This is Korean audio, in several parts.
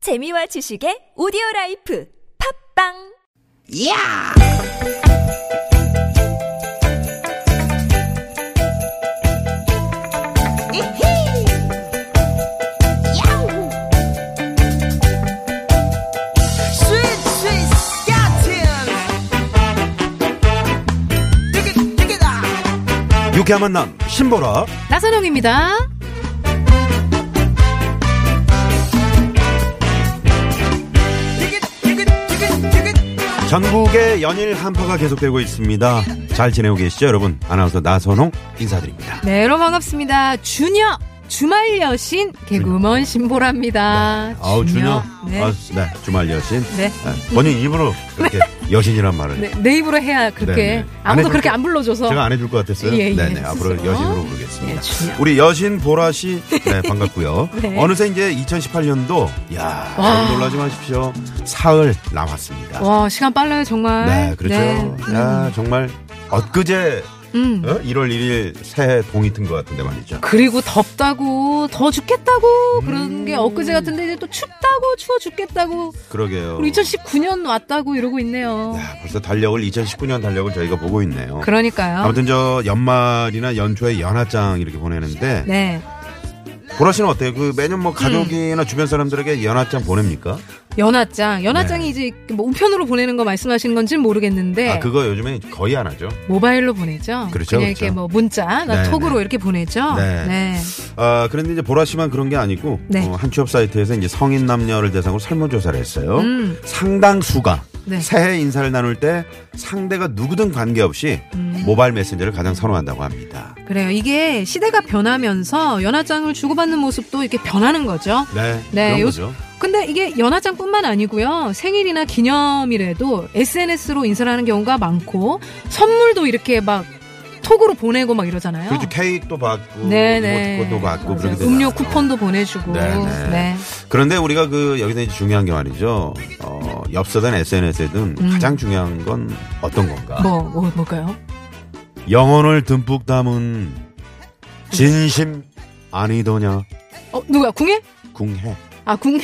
재미와 지식의 오디오 라이프 팝빵 야! 이히! 야우! 스윗, 스윗, 스캇틴! 띠깃, 띠깃아! 유쾌한 만남 신보라 나선홍입니다. 띠깃, 띠깃, 띠깃, 띠깃! 전국의 연일 한파가 계속되고 있습니다 잘 지내고 계시죠 여러분 아나운서 나선홍 인사드립니다 네, 여러분 반갑습니다. 준여 주말 여신 개구먼 신보라입니다. 네. 아우 준여 네. 아, 네 주말 여신 네. 아, 본인 입으로 그렇게 여신이란 말을 네, 내 입으로 해야 그렇게 네, 네. 안 아무도 해줄 그렇게 거- 안 불러줘서 제가 안 해줄 것 같았어요 예, 예, 네네 앞으로 스스로. 여신으로 부르겠습니다 예, 준여. 우리 여신 보라 씨 네, 반갑고요 네. 어느새 이제 2018년도 야 여러분 놀라지 마십시오 사흘 남았습니다 와 시간 빨라요 정말. 네 그렇죠 네. 야 정말 엊그제 음. 어? 1월 1일 새해 동이 튼 것 같은데 말이죠 그리고 덥다고 더 죽겠다고 음. 그런 게 엊그제 같은데 이제 또 춥다고 추워 죽겠다고 그러게요. 우리 2019년 왔다고 이러고 있네요. 야, 벌써 달력을 2019년 달력을 저희가 보고 있네요. 그러니까요. 아무튼 저 연말이나 연초에 연하장 이렇게 보내는데 네. 음. 보라 씨는 어때요? 그 매년 뭐 가족이나 주변 사람들에게 연하장 보냅니까? 연하장, 연하장이 이제 뭐 우편으로 보내는 거 말씀하시는 건지는 모르겠는데 네. 아 그거 요즘에 거의 안 하죠. 모바일로 보내죠. 그렇죠, 냥 그렇죠. 이렇게 뭐 문자, 나 네, 톡으로 네. 이렇게 보내죠. 네. 아 그런데 이제 보라 씨만 그런 게 아니고 네. 어, 한 취업 사이트에서 이제 성인 남녀를 대상으로 설문조사를 했어요. 음. 상당수가 네. 새해 인사를 나눌 때 상대가 누구든 관계없이 음. 모바일 메신저를 가장 선호한다고 합니다. 그래요. 이게 시대가 변하면서 연하장을 주고받는 모습도 이렇게 변하는 거죠. 네, 네, 그런 요- 거죠. 근데 이게 연하장뿐만 아니고요. 생일이나 기념일에도 SNS로 인사를 하는 경우가 많고 선물도 이렇게 막 톡으로 보내고 막 이러잖아요. 그렇죠. 케이크도 받고 네네. 이모티콘도 받고 맞아요. 그렇게 되잖아요. 음료 쿠폰도 보내주고. 네네. 네. 그런데 우리가 그 여기서 이제 중요한 게 말이죠. 어, 엽서든 SNS든 음. 가장 중요한 건 어떤 건가? 뭐, 뭐 뭘까요? 영혼을 듬뿍 담은 음. 진심 아니더냐 어 누가 궁예? 궁해. 아 궁예.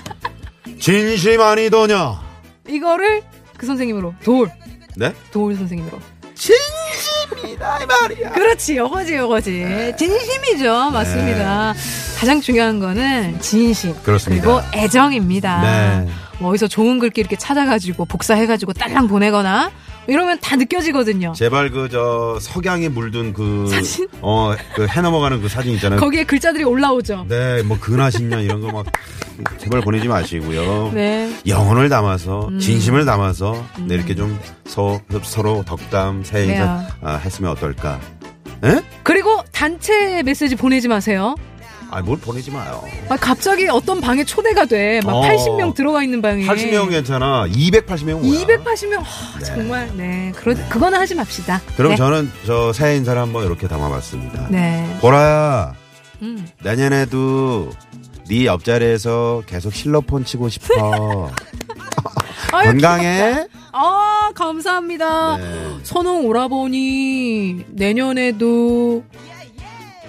진심 아니더냐? 이거를 그 선생님으로 돌. 네? 도울 선생님으로. 진심이다 이 말이야. 네. 그렇지, 요거지, 요거지. 진심이죠. 맞습니다. 가장 중요한 거는 진심. 그렇습니다. 그리고 애정입니다. 네. 뭐 어디서 좋은 글귀 이렇게 찾아가지고 복사해가지고 딸랑 보내거나 이러면 다 느껴지거든요. 제발 그 저 석양에 물든 그 사진? 어, 그 해넘어가는 그 사진 있잖아요. 거기에 글자들이 올라오죠. 네, 뭐 근하신년 이런 거 막 제발 보내지 마시고요. 네. 영혼을 담아서 음. 진심을 담아서 네, 이렇게 좀 서, 서로 덕담 새해 인사 그래요. 아, 했으면 어떨까? 에? 그리고 단체 메시지 보내지 마세요. 아, 뭘 보내지 마요. 아, 갑자기 어떤 방에 초대가 돼. 막 어. 80명 들어가 있는 방에. 80명 괜찮아. 280명 뭐야? 280명. 정말. 네. 그러, 그거는 하지 맙시다. 그럼 네. 저는 저 새해 인사를 한번 이렇게 담아봤습니다. 네. 보라야, 음. 내년에도 네 옆자리에서 계속 실로폰 치고 싶어. 아유, 건강해. 아, 감사합니다. 네. 선홍 오라버니 내년에도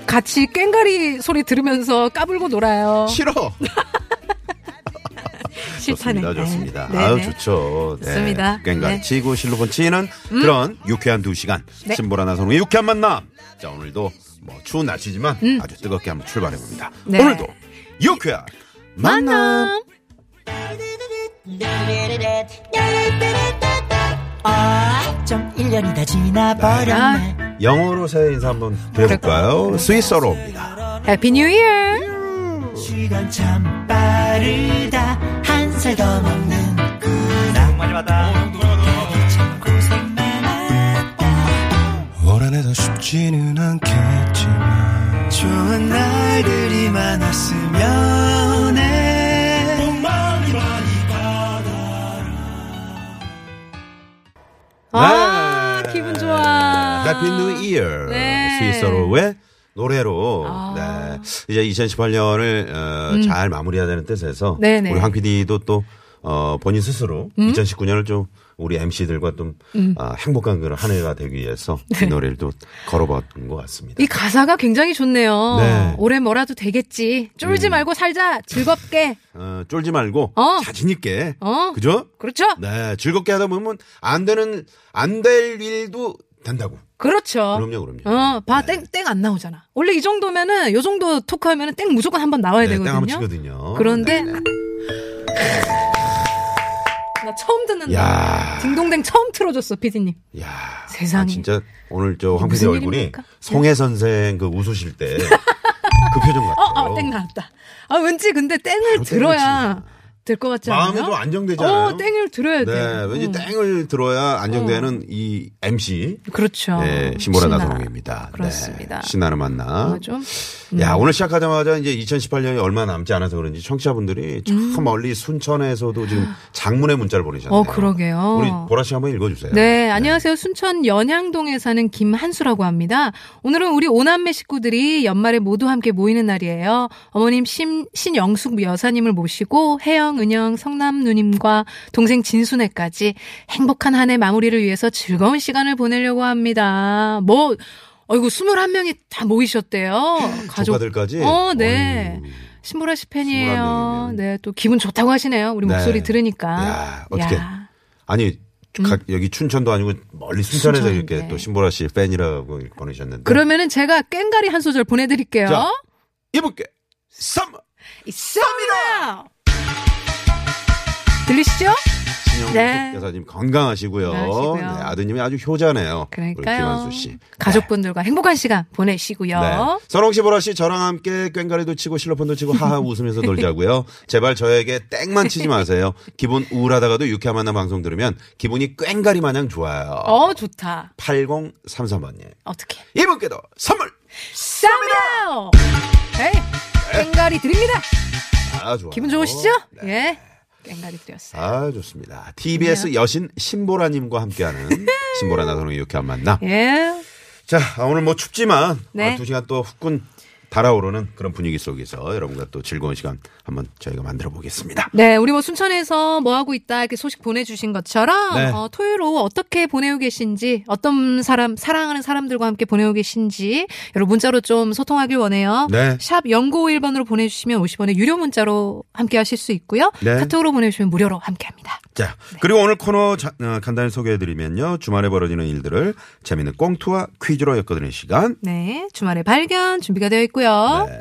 같이 깽가리 소리 들으면서 까불고 놀아요. 싫어. 네. 좋습니다. 좋습니다. 아유, 좋죠. 네. 음. 좋습니다. 꽹과리 네. 치고 실로폰 치는 그런 유쾌한 두 시간. 네. 신보라 나선우의 유쾌한 만남. 자, 오늘도 뭐 추운 날씨지만 아주 뜨겁게 한번 출발해 봅니다. 네. 오늘도 유쾌한 만남. 만남. 어쩜 1년이나 지나버렸네 아. 영어로 새해 인사 한번 드려볼까요? 스위스어로입니다. 해피 뉴 이어. 네. 시간 참 빠르다 한 살 더 먹는구나 돈 많이 받아 참 고생 많았다 원해도 쉽지는 않겠지만 좋은 날들이 많았으면 해 많이 많이 받아라 아, 네. 기분 좋아. Happy New Year. 네. 스위스어로의 노래로 아. 음. 네. 이제 2018년을 어, 잘 마무리해야 되는 뜻에서 네네. 음? 우리 황 PD도 또 어, 본인 스스로 2019년을 좀 우리 MC들과 좀 아, 행복한 그런 한 해가 되기 위해서 이 노래를 또 걸어봤던 것 같습니다. 네. 이 가사가 굉장히 좋네요. 네. 음. 올해 뭐라도 되겠지. 쫄지 말고 살자. 즐겁게. 어, 쫄지 말고 어. 자신 있게 어. 그죠? 그렇죠? 네 즐겁게 하다 보면 안 되는 안 될 일도 된다고. 그렇죠. 그럼요, 네. 그럼요. 어, 봐, 땡, 땡 안 나오잖아. 원래 이 정도면은, 요 정도 토크하면은 땡 무조건 한번 나와야 네, 땡 되거든요. 한번 치거든요. 그런데, 네, 네. 나 처음 듣는다. 야. 딩동댕 처음 틀어줬어, 피디님. 야 세상에. 아, 진짜 오늘 저황 무슨 PD 얼굴이 일입니까? 네. 송혜 선생 그 웃으실 때 그 표정 어, 같아요. 어, 땡 나왔다. 아, 왠지 근데 땡을 땡을 들어야 될 것 같지 않아요? 마음이 좀 안정되잖아요. 어, 땡을 들어야 돼. 네, 왠지 어. 땡을 들어야 안정되는 이 MC. 그렇죠. 네, 신보라 신나. 나선홍입니다. 그렇습니다. 네, 신나는 만남. 어, 좀. 야, 오늘 시작하자마자 이제 2018년이 얼마 남지 않아서 그런지 청취자분들이 참 멀리 순천에서도 지금 장문의 문자를 보내셨네요. 음. 어, 그러게요. 우리 보라 씨 한번 읽어주세요. 네, 안녕하세요. 순천 연향동에 사는 김한수라고 합니다. 오늘은 우리 오남매 식구들이 연말에 모두 함께 모이는 날이에요. 어머님 신, 신영숙 여사님을 모시고 혜영, 은영, 성남 누님과 동생 진순애까지 행복한 한 해 마무리를 위해서 즐거운 시간을 보내려고 합니다. 뭐, 어이구, 21명이 다 모이셨대요. 조카들까지. 어, 네. 어휴. 신보라 씨 21 팬이에요. 명이면. 네, 또 기분 좋다고 하시네요. 우리 네. 목소리 들으니까. 야, 어떡해. 야. 아니 음. 가- 여기 춘천도 아니고 멀리 순천에서 순천인데. 네. 이렇게 또 신보라 씨 팬이라고 이렇게 보내셨는데 그러면은 제가 꽹가리 한 소절 보내드릴게요. 자. 이분께 썸 있습니다. 들리시죠? 신영숙 네. 여사님 건강하시고요. 건강하시고요. 네, 아드님이 아주 효자네요. 우리 그러니까요. 김한수 씨. 가족분들과 행복한 시간 보내시고요. 네. 선홍 씨, 보라 씨, 저랑 함께 꽹가리도 치고 실로폰도 치고 하하 웃으면서 놀자고요. 제발 저에게 땡만 치지 마세요. 기분 우울하다가도 유쾌한 만남 방송 들으면 기분이 꽹가리 마냥 좋아요. 어 좋다. 8033번님. 어떻게? 이분께도 선물! 쌉니다. 에이, 꽹가리 드립니다. 아, 좋아요. 기분 좋으시죠? 예. 꽹가리 드렸어요. 아 좋습니다. TBS 여신 신보라님과 함께하는 신보라 나선홍의 유쾌한 만남. 예. 자 아, 오늘 뭐 춥지만 네. 아, 두 시간 또 후끈 달아오르는 그런 분위기 속에서 여러분과 또 즐거운 시간 한번 저희가 만들어 보겠습니다. 네, 우리 뭐 순천에서 뭐 하고 있다 이렇게 소식 보내주신 것처럼 네. 어, 토요일 오후 어떻게 보내고 계신지 어떤 사람 사랑하는 사람들과 함께 보내고 계신지 여러분 문자로 좀 소통하길 원해요. 네. 샵 연고 1번으로 보내주시면 50원의 유료 문자로 함께 하실 수 있고요. 네. 카톡으로 보내주시면 무료로 함께합니다. 자 그리고 오늘 코너 자- 어, 간단히 소개해드리면요 주말에 벌어지는 일들을 재밌는 꽁트와 퀴즈로 엮어드리는 시간. 네, 주말에 발견 준비가 되어 있고요. 네.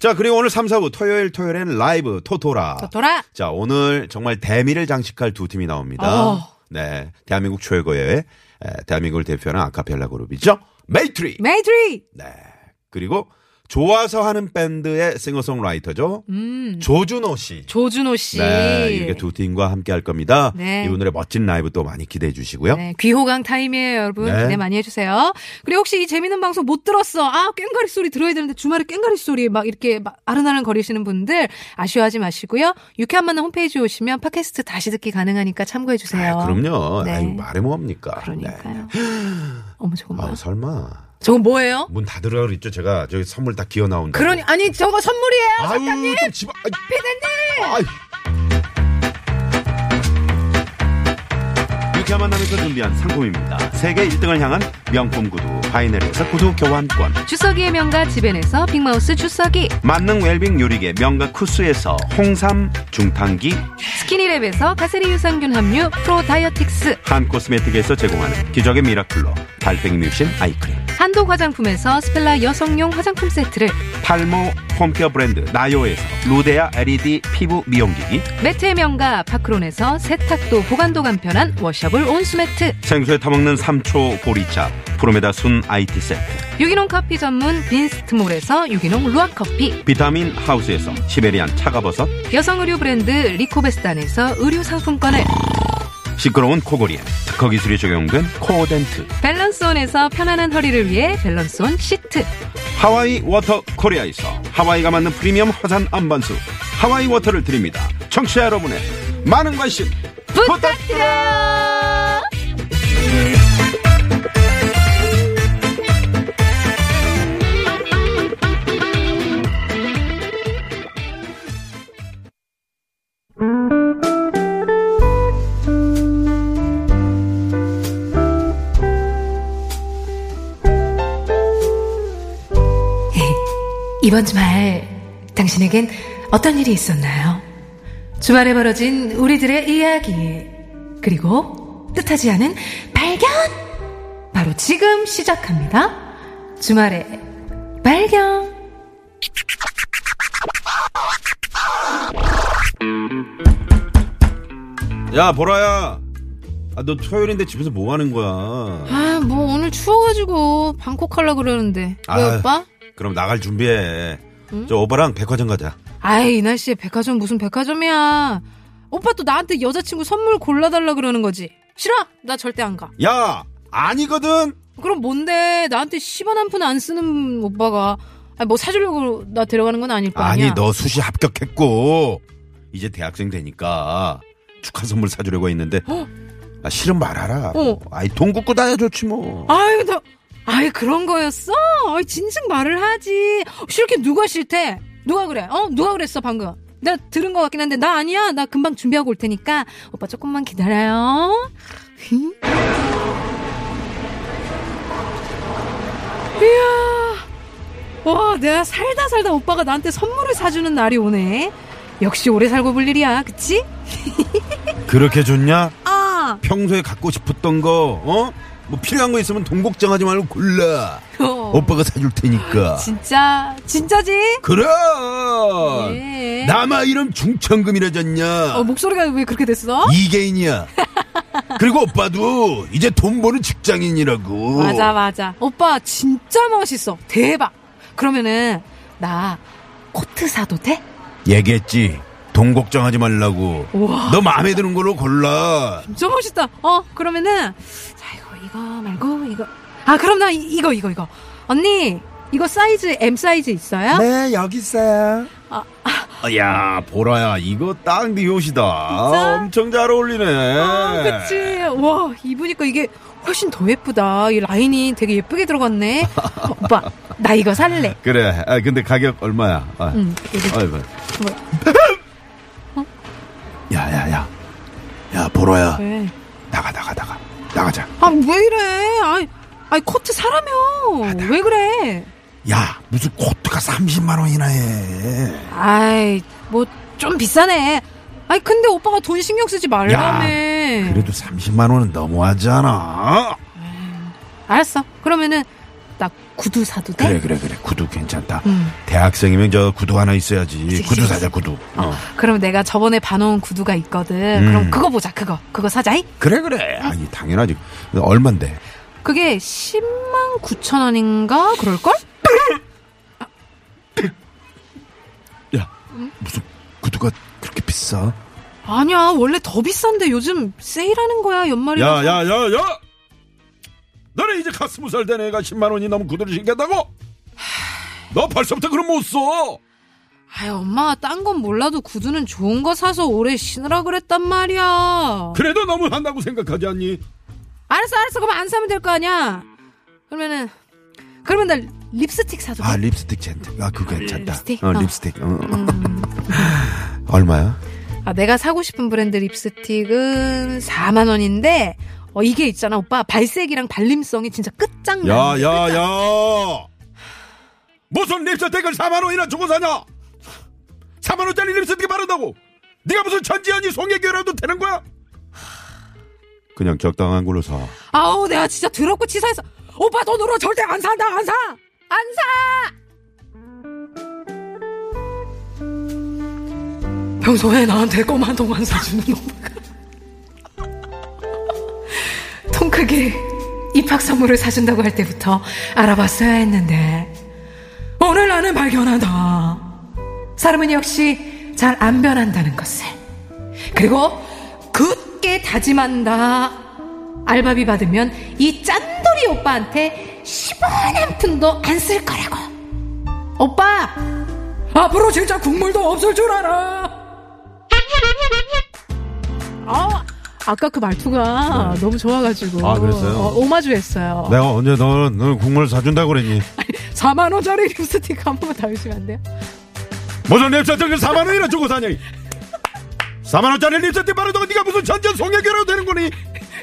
자 그리고 오늘 3, 4부 토요일 토요일엔 라이브 토토라. 토토라. 자 오늘 정말 대미를 장식할 두 팀이 나옵니다. 어. 네, 대한민국 최고의 에, 대한민국을 대표하는 아카펠라 그룹이죠. 메이트리. 메이트리. 네. 그리고 좋아서 하는 밴드의 싱어송라이터죠. 음. 조준호 씨. 조준호 씨. 네, 이렇게 두 팀과 함께 할 겁니다. 네. 이분들의 멋진 라이브 또 많이 기대해 주시고요. 네, 귀호강 타임이에요, 여러분. 네. 기대 많이 해주세요. 그리고 혹시 이 재밌는 방송 못 들었어. 아, 꽹가리 소리 들어야 되는데 주말에 꽹가리 소리 막 이렇게 막 아른아른 거리시는 분들 아쉬워하지 마시고요. 유쾌한 만남 홈페이지 오시면 팟캐스트 다시 듣기 가능하니까 참고해주세요. 아, 그럼요. 네. 아유, 말해 뭐합니까. 그러니까요. 네. 어머, 저거 뭐야? 아우, 설마. 저거 뭐예요? 문 닫으라고 그랬죠. 제가 저기 선물 다 기어 나온다. 그러니, 아니, 저거 선물이에요! 아유, 좀 집어. 피디님! 유쾌한 만남에서 준비한 상품입니다. 세계 1등을 향한 명품 구두 하이넬에서 구두 교환권 주석이의 명가 집엔에서 빅마우스 주석이, 만능 웰빙 요리계 명가 쿠스에서 홍삼 중탕기 스키니랩에서 가세리 유산균 함유 프로 다이어틱스, 한 코스메틱에서 제공하는 기적의 미라클로 달팽이 뮤신 아이크림 한독 화장품에서 스펠라 여성용 화장품 세트를, 탈모 홈케어 브랜드 나요에서 루데아 LED 피부 미용기기 매트의 명가 파크론에서 세탁도 보관도 간편한 워셔블 온수매트 생수에 타먹는 삼초 보리차 프로메다 순 IT 세트 유기농 커피 전문 빈스트몰에서 유기농 루아커피 비타민 하우스에서 시베리안 차가버섯 여성 의류 브랜드 리코베스탄에서 의류 상품권을 시끄러운 코골이엔 특허 기술이 적용된 코어덴트 밸런스온에서 편안한 허리를 위해 밸런스온 시트 하와이 워터 코리아에서 하와이가 만든 프리미엄 화산 안반수 하와이 워터를 드립니다 청취자 여러분의 많은 관심 부탁드려요 이번 주말 당신에겐 어떤 일이 있었나요? 주말에 벌어진 우리들의 이야기 그리고 뜻하지 않은 발견 바로 지금 시작합니다. 주말에 발견 야 보라야 아, 너 토요일인데 집에서 뭐 하는 거야 아 뭐 오늘 추워가지고 방콕 할라 그러는데 왜 아유. 오빠? 그럼 나갈 준비해 저 오빠랑 백화점 가자 아이 이 날씨에 백화점 무슨 백화점이야 오빠 또 나한테 여자친구 선물 골라달라 그러는 거지 싫어 나 절대 안가 야 아니거든 그럼 뭔데 나한테 10원 한 푼 안 쓰는 오빠가 아니, 뭐 사주려고 나 데려가는 건 아닐 거 아니야 아니 너 수시 합격했고 이제 대학생 되니까 축하 선물 사주려고 했는데 아 싫은 말하라 어. 아이 돈 굽고 다야 좋지 뭐 아유 나 아이 그런 거였어 아이 진즉 말을 하지 싫게 누가 싫대 누가 그래 어 누가 그랬어 방금 내가 들은 것 같긴 한데 나 아니야 나 금방 준비하고 올 테니까 오빠 조금만 기다려요 와, 내가 살다 살다 오빠가 나한테 선물을 사주는 날이 오네. 역시 오래 살고 볼 일이야, 그치? 그렇게 좋냐 아, 평소에 갖고 싶었던 거어뭐 필요한 거 있으면 돈 걱정하지 말고 골라 어, 아, 오빠가 사줄 테니까 진짜, 진짜지? 그럼 예. 남아 이름 중천금이라졌냐 어, 목소리가 왜 그렇게 됐어? 이계인이야 그리고 오빠도 이제 돈 버는 직장인이라고 맞아, 맞아. 오빠, 진짜 멋있어. 대박. 그러면은, 나, 코트 사도 돼? 얘기했지 돈 걱정하지 말라고 우와. 너 마음에 드는 걸로 골라 진짜 멋있다. 어, 그러면은, 자, 이거, 이거 말고, 이거. 아, 그럼 나, 이, 이거, 이거, 이거. 언니, 이거 사이즈, M 사이즈 있어요? 네, 여기 있어요. 아, 야 보라야 이거 딱 네 옷이다 진짜? 엄청 잘 어울리네 아, 그치. 와, 입으니까 이게 훨씬 더 예쁘다. 이 라인이 되게 예쁘게 들어갔네. 어, 오빠, 나 이거 살래. 음, 래 아, 근데 가격 얼마야 아, 응, 여기. 아이고 어? 뭐야? 야야야 야 보라야 왜? 나가 나가 나가 나가자 아, 왜 이래? 아이, 아이, 코트 사라며. 왜 그래? 야 무슨 코트가 30만 원이나 해 아이, 뭐 좀 비싸네. 아이, 근데 오빠가 돈 신경 쓰지 말라며. 그래도 30만 원은 너무하잖아 알았어. 그러면은, 나 구두 사도 돼? 그래 그래 그래 구두 괜찮다 음. 대학생이면 저 구두 하나 있어야지 그치, 구두 그치. 사자 구두 어, 어. 그럼 내가 저번에 봐놓은 구두가 있거든. 음. 그럼 그거 보자, 그거. 그거 사자잉? 그래 그래 아니 당연하지 얼만데 그게 10만 9천 원인가 그럴걸? 야 무슨 구두가 그렇게 비싸 아니야 원래 더 비싼데 요즘 세일하는 거야 연말이라서 야야야야 너네 이제 갓 스무 살 된 애가 10만 원이 넘은 구두를 신겠다고 너 벌써부터 그럼 못써 아유 엄마가 딴 건 몰라도 구두는 좋은 거 사서 오래 신으라 그랬단 말이야 그래도 너무 한다고 생각하지 않니 알았어 알았어 그럼 안 사면 될 거 아니야 그러면은 그러면 나 립스틱 사줘 아 립스틱 젠트 아 그거 괜찮다 립스틱? 어, 어. 음. 립스틱 어. 얼마야 아, 내가 사고 싶은 브랜드 립스틱은 4만 원인데 어, 이게 있잖아 오빠 발색이랑 발림성이 진짜 끝장나 야야야 무슨 립스틱을 4만원이나 주고 사냐 4만원짜리 립스틱 바른다고 네가 무슨 전지현이 송혜교라도 되는 거야 그냥 적당한 걸로 사 아우 내가 진짜 더럽고 치사해서 오빠 돈으로 절대 안 산다 안 사! 안 사! 평소에 나한테 꼬만 동안 사주는 오빠가 통 크게 입학 선물을 사준다고 할 때부터 알아봤어야 했는데 오늘 나는 발견하다 사람은 역시 잘 안 변한다는 것을 그리고 굳게 다짐한다. 알바비 받으면 이 짠돌이 오빠한테 10원 한 푼도 안 쓸 거라고. 오빠! 앞으로 진짜 국물도 없을 줄 알아! 아, 아까 그 말투가 너무 좋아가지고. 네. 아, 그랬어요? 네. 어, 오마주 했어요. 내가 언제 너는 너는 국물 사준다고 그랬니 4만원짜리 립스틱 한 번만 다 주시면 안 돼요? 무슨 립스틱을 4만원이나 주고 사냐 4만원짜리 립스틱 바른다고 네가 무슨 전지현 송혜교라도 되는 거니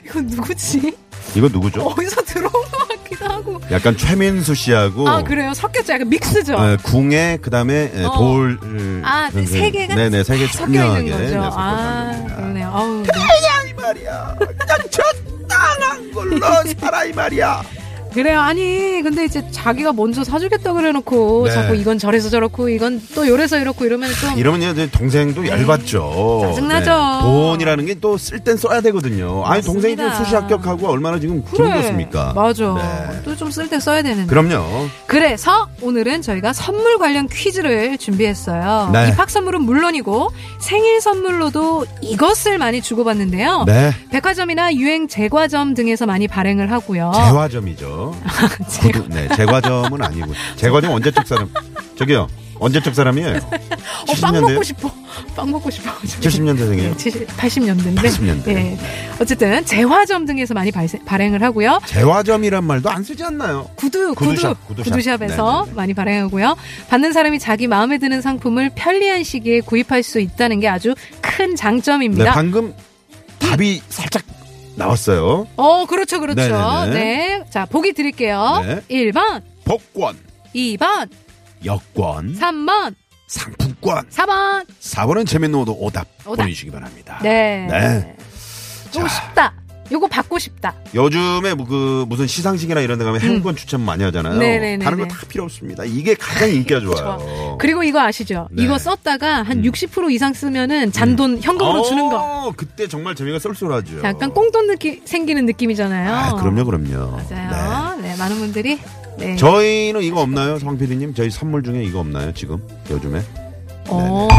이거 누구지? 이거 누구죠? 어디서 들어온 것 같아? 같기도 하고. 약간 최민수 씨하고 아 그래요? 섞였죠. 약간 믹스죠. 예, 궁에 그다음에 예, 어. 돌. 아, 음, 세 개가 네네 세개 섞여 있는 거죠. 아, 그러네요. 아우, 네. 이 말이야. 그냥 적당한 걸로 살아 이 말이야. 그래요. 아니, 근데 이제 자기가 먼저 사주겠다 그래놓고 네. 자꾸 이건 저래서 저렇고 이건 또 요래서 이렇고 이러면 좀 이러면 이제 동생도 열받죠. 음. 네. 짜증나죠. 돈이라는 게 또 쓸 땐 써야 되거든요. 아니 동생이 지금 맞습니다. 수시 합격하고 얼마나 지금 기분 좋습니까? 맞아. 네. 또 좀 쓸 때 써야 되는데. 그럼요. 그래서 오늘은 저희가 선물 관련 퀴즈를 준비했어요. 네. 입학 선물은 물론이고 생일 선물로도 이것을 많이 주고받는데요. 네. 백화점이나 유행 제과점 등에서 많이 발행을 하고요. 재화점이죠. 구두, 네, 재과점은 아니고. 재과점 언제적 사람? 저기요. 언제적 사람이에요? 어, 빵 70년대요? 먹고 싶어. 네. 빵 먹고 싶어. 70년대생이에요? 80년대인데. 네. 80년대. 어쨌든 재화점 등에서 많이 발- 발행을 하고요. 재화점이란 말도 안 쓰지 않나요? 구두 구두 구두샵, 구두샵. 구두샵에서 네네네. 많이 발행하고요. 받는 사람이 자기 마음에 드는 상품을 편리한 시기에 구입할 수 있다는 게 아주 큰 네, 장점입니다. 방금 답이 살짝 나왔어요. 어, 그렇죠. 그렇죠. 네네네. 네. 자, 보기 드릴게요. 네. 1번, 복권, 2번, 여권, 3번, 상품권. 4번. 4번은 재밌노도 오답, 오답. 보내주시기 바랍니다. 네. 네. 자. 요거 쉽다. 요거 받고 싶다. 요즘에 뭐그 무슨 시상식이나 이런 데 가면 행운권 추천 많이 하잖아요. 음. 네네네네. 다른 거 다 필요 없습니다. 이게 가장 인기가 좋아요. 그리고 이거 아시죠? 어. 네. 이거 썼다가 한 60% 이상 쓰면은 잔돈 현금으로 어, 주는 거. 그때 정말 재미가 쏠쏠하죠. 약간 꽁돈 느낌 생기는 느낌이잖아요. 아, 그럼요, 그럼요. 네. 맞아요. 네. 많은 분들이 네. 저희는 이거 없나요, 황 PD님? 저희 선물 중에 이거 없나요, 지금? 요즘에? 어, 네,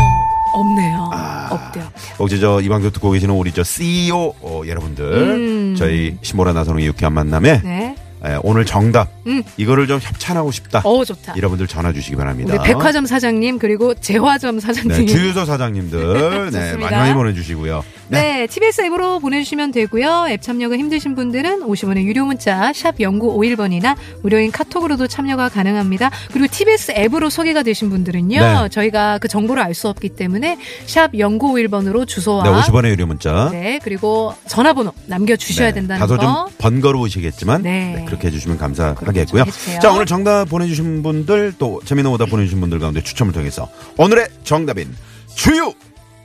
없네요. 아. 없대요. 혹시 저 이 방송 듣고 계시는 우리 저 CEO 어, 여러분들, 음. 저희 시모라 나선홍의 유쾌한 만남에 네. 에, 오늘 정답, 음. 이거를 좀 협찬하고 싶다. 어 좋다. 여러분들 전화 주시기 바랍니다. 우리 백화점 사장님 그리고 제화점 네, 사장님. 주유소 사장님들, 네, 좋습니다. 많이 많이 보내주시고요. 네. 네, TBS 앱으로 보내주시면 되고요. 앱 참여가 힘드신 분들은 50원의 유료 문자 샵 0951번이나 무료인 카톡으로도 참여가 가능합니다. 그리고 TBS 앱으로 소개가 되신 분들은요. 네. 저희가 그 정보를 알 수 없기 때문에 샵 0951번으로 주소와 네, 50원의 유료 문자. 네, 그리고 전화번호 남겨주셔야 네, 된다는 다소 거. 좀 번거로우시겠지만 네. 네, 그렇게 해주시면 감사하겠고요. 그렇게 좀 해주세요. 자 오늘 정답 보내주신 분들 또 재미난 오답 보내주신 분들 가운데 추첨을 통해서 오늘의 정답인 주유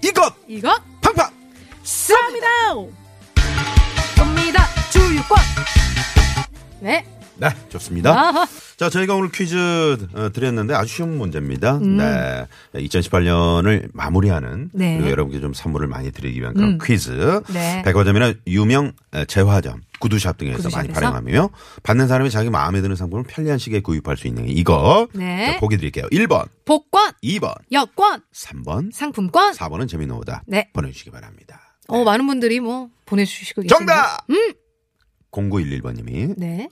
이것 이거 팡팡 쏩니다! 쏩니다! 주유권! 네. 네 좋습니다. 아하. 자 저희가 오늘 퀴즈 어, 드렸는데 아주 쉬운 문제입니다. 네 2018년을 마무리하는 네. 그리고 여러분께 좀 선물을 많이 드리기 위한 그런 퀴즈. 네. 백화점이나 유명 에, 재화점 구두샵 등에서 많이 구두샵에서? 발행하며 받는 사람이 자기 마음에 드는 상품을 편리한 시기에 구입할 수 있는 이거 네. 자, 보기 드릴게요. 1번, 복권, 2번, 여권, 3번, 상품권. 4번은 재미노다. 네. 보내주시기 바랍니다. 어, 많은 분들이 뭐 보내주시고 계십니다. 정답! 0911번님이 네.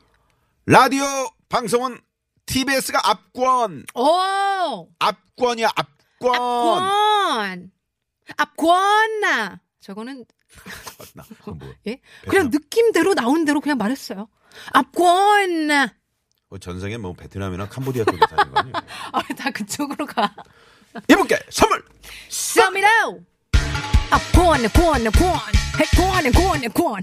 라디오 방송은 TBS가 압권! 오! 압권이야, 압권! 권! 압권나! 저거는, 나, 그건 뭐야? 예? 그냥 느낌대로 나오는 대로 그냥 말했어요. 압권나! 뭐 전생에 뭐 베트남이나 캄보디아 쪽에 사는 거 아니에요? 아, 다 그쪽으로 가. 이분께 선물! 쏩니다! 압권, 권, 권! 권, 권, 권!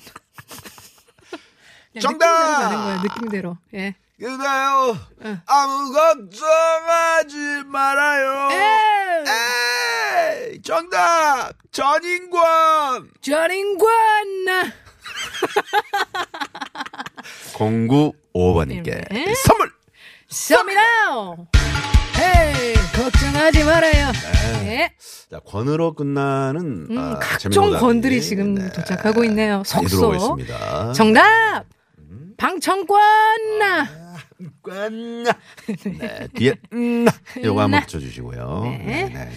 그냥 정답! 느낌대로 가는 거예요, 느낌대로. 예. 그다요 아무 걱정하지 말아요. 에이, 정답! 전인권! 전인권! 0955번님께 네. 선물! 쏩니다! 네. 에이, 걱정하지 말아요. 네. 예. 자, 권으로 끝나는 음, 아, 각종 재미난 권들이 오답이, 지금 네, 도착하고 있네요. 많이 들어오고 속속. 있습니다. 정답! 음. 방청권! 아, 나! 꽝나. 네, 뒤에 음나 요거 한번 붙여주시고요. 네. 네, 네, 네.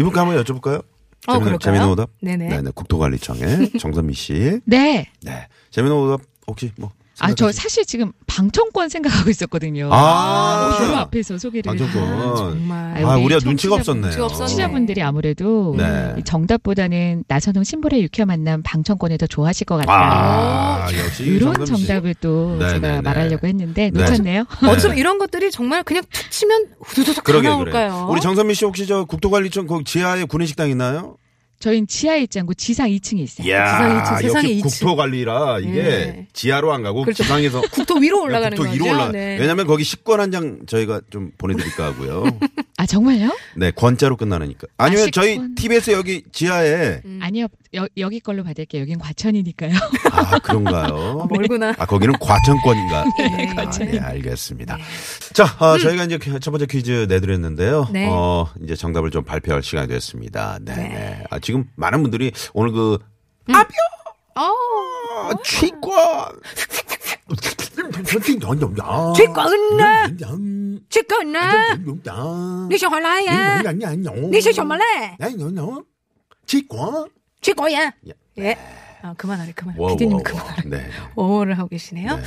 이분께 한번 여쭤볼까요? 어, 재미난, 그럴까요? 재미난 오답? 네네. 국토관리청의 정선미 씨. 네. 네. 재미난 오답 혹시 뭐. 아, 저 생각하시- 사실 지금 방청권 생각하고 있었거든요. 어, 아, 바로 앞에서 소개를. 아, 방청권. 정말. 아, 우리 우리가 청취자분- 눈치가 없었네요. 눈치가 없었네. 청취자분들이 아무래도 네. 이 정답보다는 나선홍 심보의 유쾌한 만남 방청권을 더 좋아하실 것 같아요. 아, 뭐 역시. 이런 정선미 씨. 정답을 또 네, 제가 네, 네. 말하려고 했는데 네. 놓쳤네요. 어쩜 이런 것들이 정말 그냥 툭 치면 후두둑 다 그러게, 나올까요? 그래. 우리 정선미 씨 혹시 저 국토관리청 그 지하에 구내식당 있나요? 저희는 지하 1층 않고 지상 2층에 있어요. 예. 이야, 지상 이층, 세상에 역시 이층. 국토 관리라 이게 네. 지하로 안 가고 그렇죠. 지상에서 국토 위로 올라가는 국토 거죠. 위로 올라. 네. 왜냐면 거기 식권 한 장 저희가 좀 보내드릴까 하고요. 아 정말요? 네, 권자로 끝나니까. 아니면 식권. 저희 TBS 여기 지하에 아니요 여, 여기 걸로 받을게요. 여긴 과천이니까요. 아 그런가요? 멀구나. 아 거기는 과천권인가? 네, 아, 네, 과천입니다. 알겠습니다. 자, 아, 저희가 이제 첫 번째 퀴즈 내드렸는데요. 네. 어, 이제 정답을 좀 발표할 시간이 됐습니다. 네, 네. 아, 지금 많은 분들이 오늘 그 어, 아, 취권. 제거 은나, 제거 아, 은나, 니셔 활라야, 어. 니셔 예. 정말래, 어. 취권. 제거야. 예. 예. 아 그만하래 그만. 와, 피디님 와, 와. 그만하래. 네. 어를 하고 계시네요.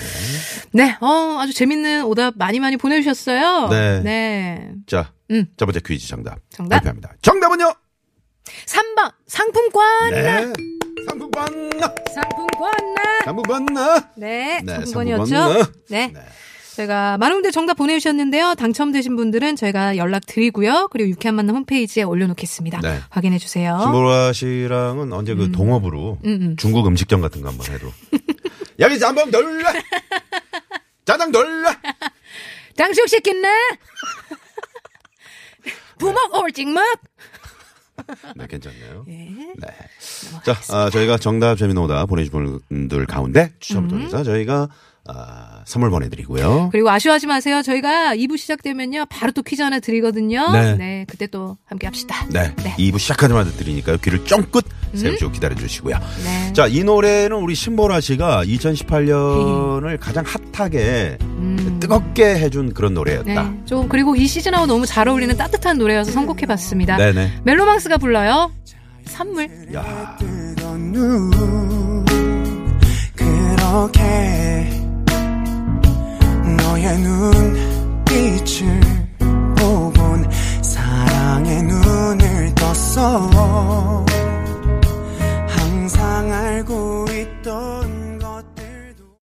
네. 어 아주 재밌는 오답 많이 많이 보내주셨어요. 네. 네. 자, 음. 첫 번째 퀴즈 정답. 정답. 발표합니다. 정답은요? 3번 상품권. 네. 상품권. 상품권. 상품권. 네, 네, 상품권이었죠. 상품권. 네. 저희가 많은 분들 정답 보내주셨는데요. 당첨되신 분들은 저희가 연락 드리고요. 그리고 유쾌한 만남 홈페이지에 올려놓겠습니다. 네. 확인해 주세요. 김보라 씨랑은 언제 그 동업으로 어? 음. 중국 음식점 같은 거 한번 해도 여기 짬뽕 돌라 짜장 돌라 장식 시켰네. 부먹 어, 올찍먹. 네 괜찮네요. 네. 네. 자 아, 저희가 정답 재미오다 보내주신 분들 가운데 음. 추첨을 통해서 저희가 아, 선물 보내드리고요. 그리고 아쉬워하지 마세요. 저희가 2부 시작되면요. 바로 또 퀴즈 하나 드리거든요. 네. 그때 또 함께 합시다. 네. 음? 2부 시작하자마자 드리니까요. 귀를 쫑긋 세우시고 기다려주시고요. 네. 자, 이 노래는 우리 신보라 씨가 2018년을 가장 핫하게 뜨겁게 해준 그런 음. 네. 노래였다. 좀 그리고 이 시즌하고 너무 잘 어울리는 따뜻한 노래여서 선곡해 봤습니다. 네, 네. 멜로망스가 불러요. 선물. 야. 뜨던 눈 그렇게 너의 눈빛을 보곤 사랑의 눈을 떴어 항상 알고 있던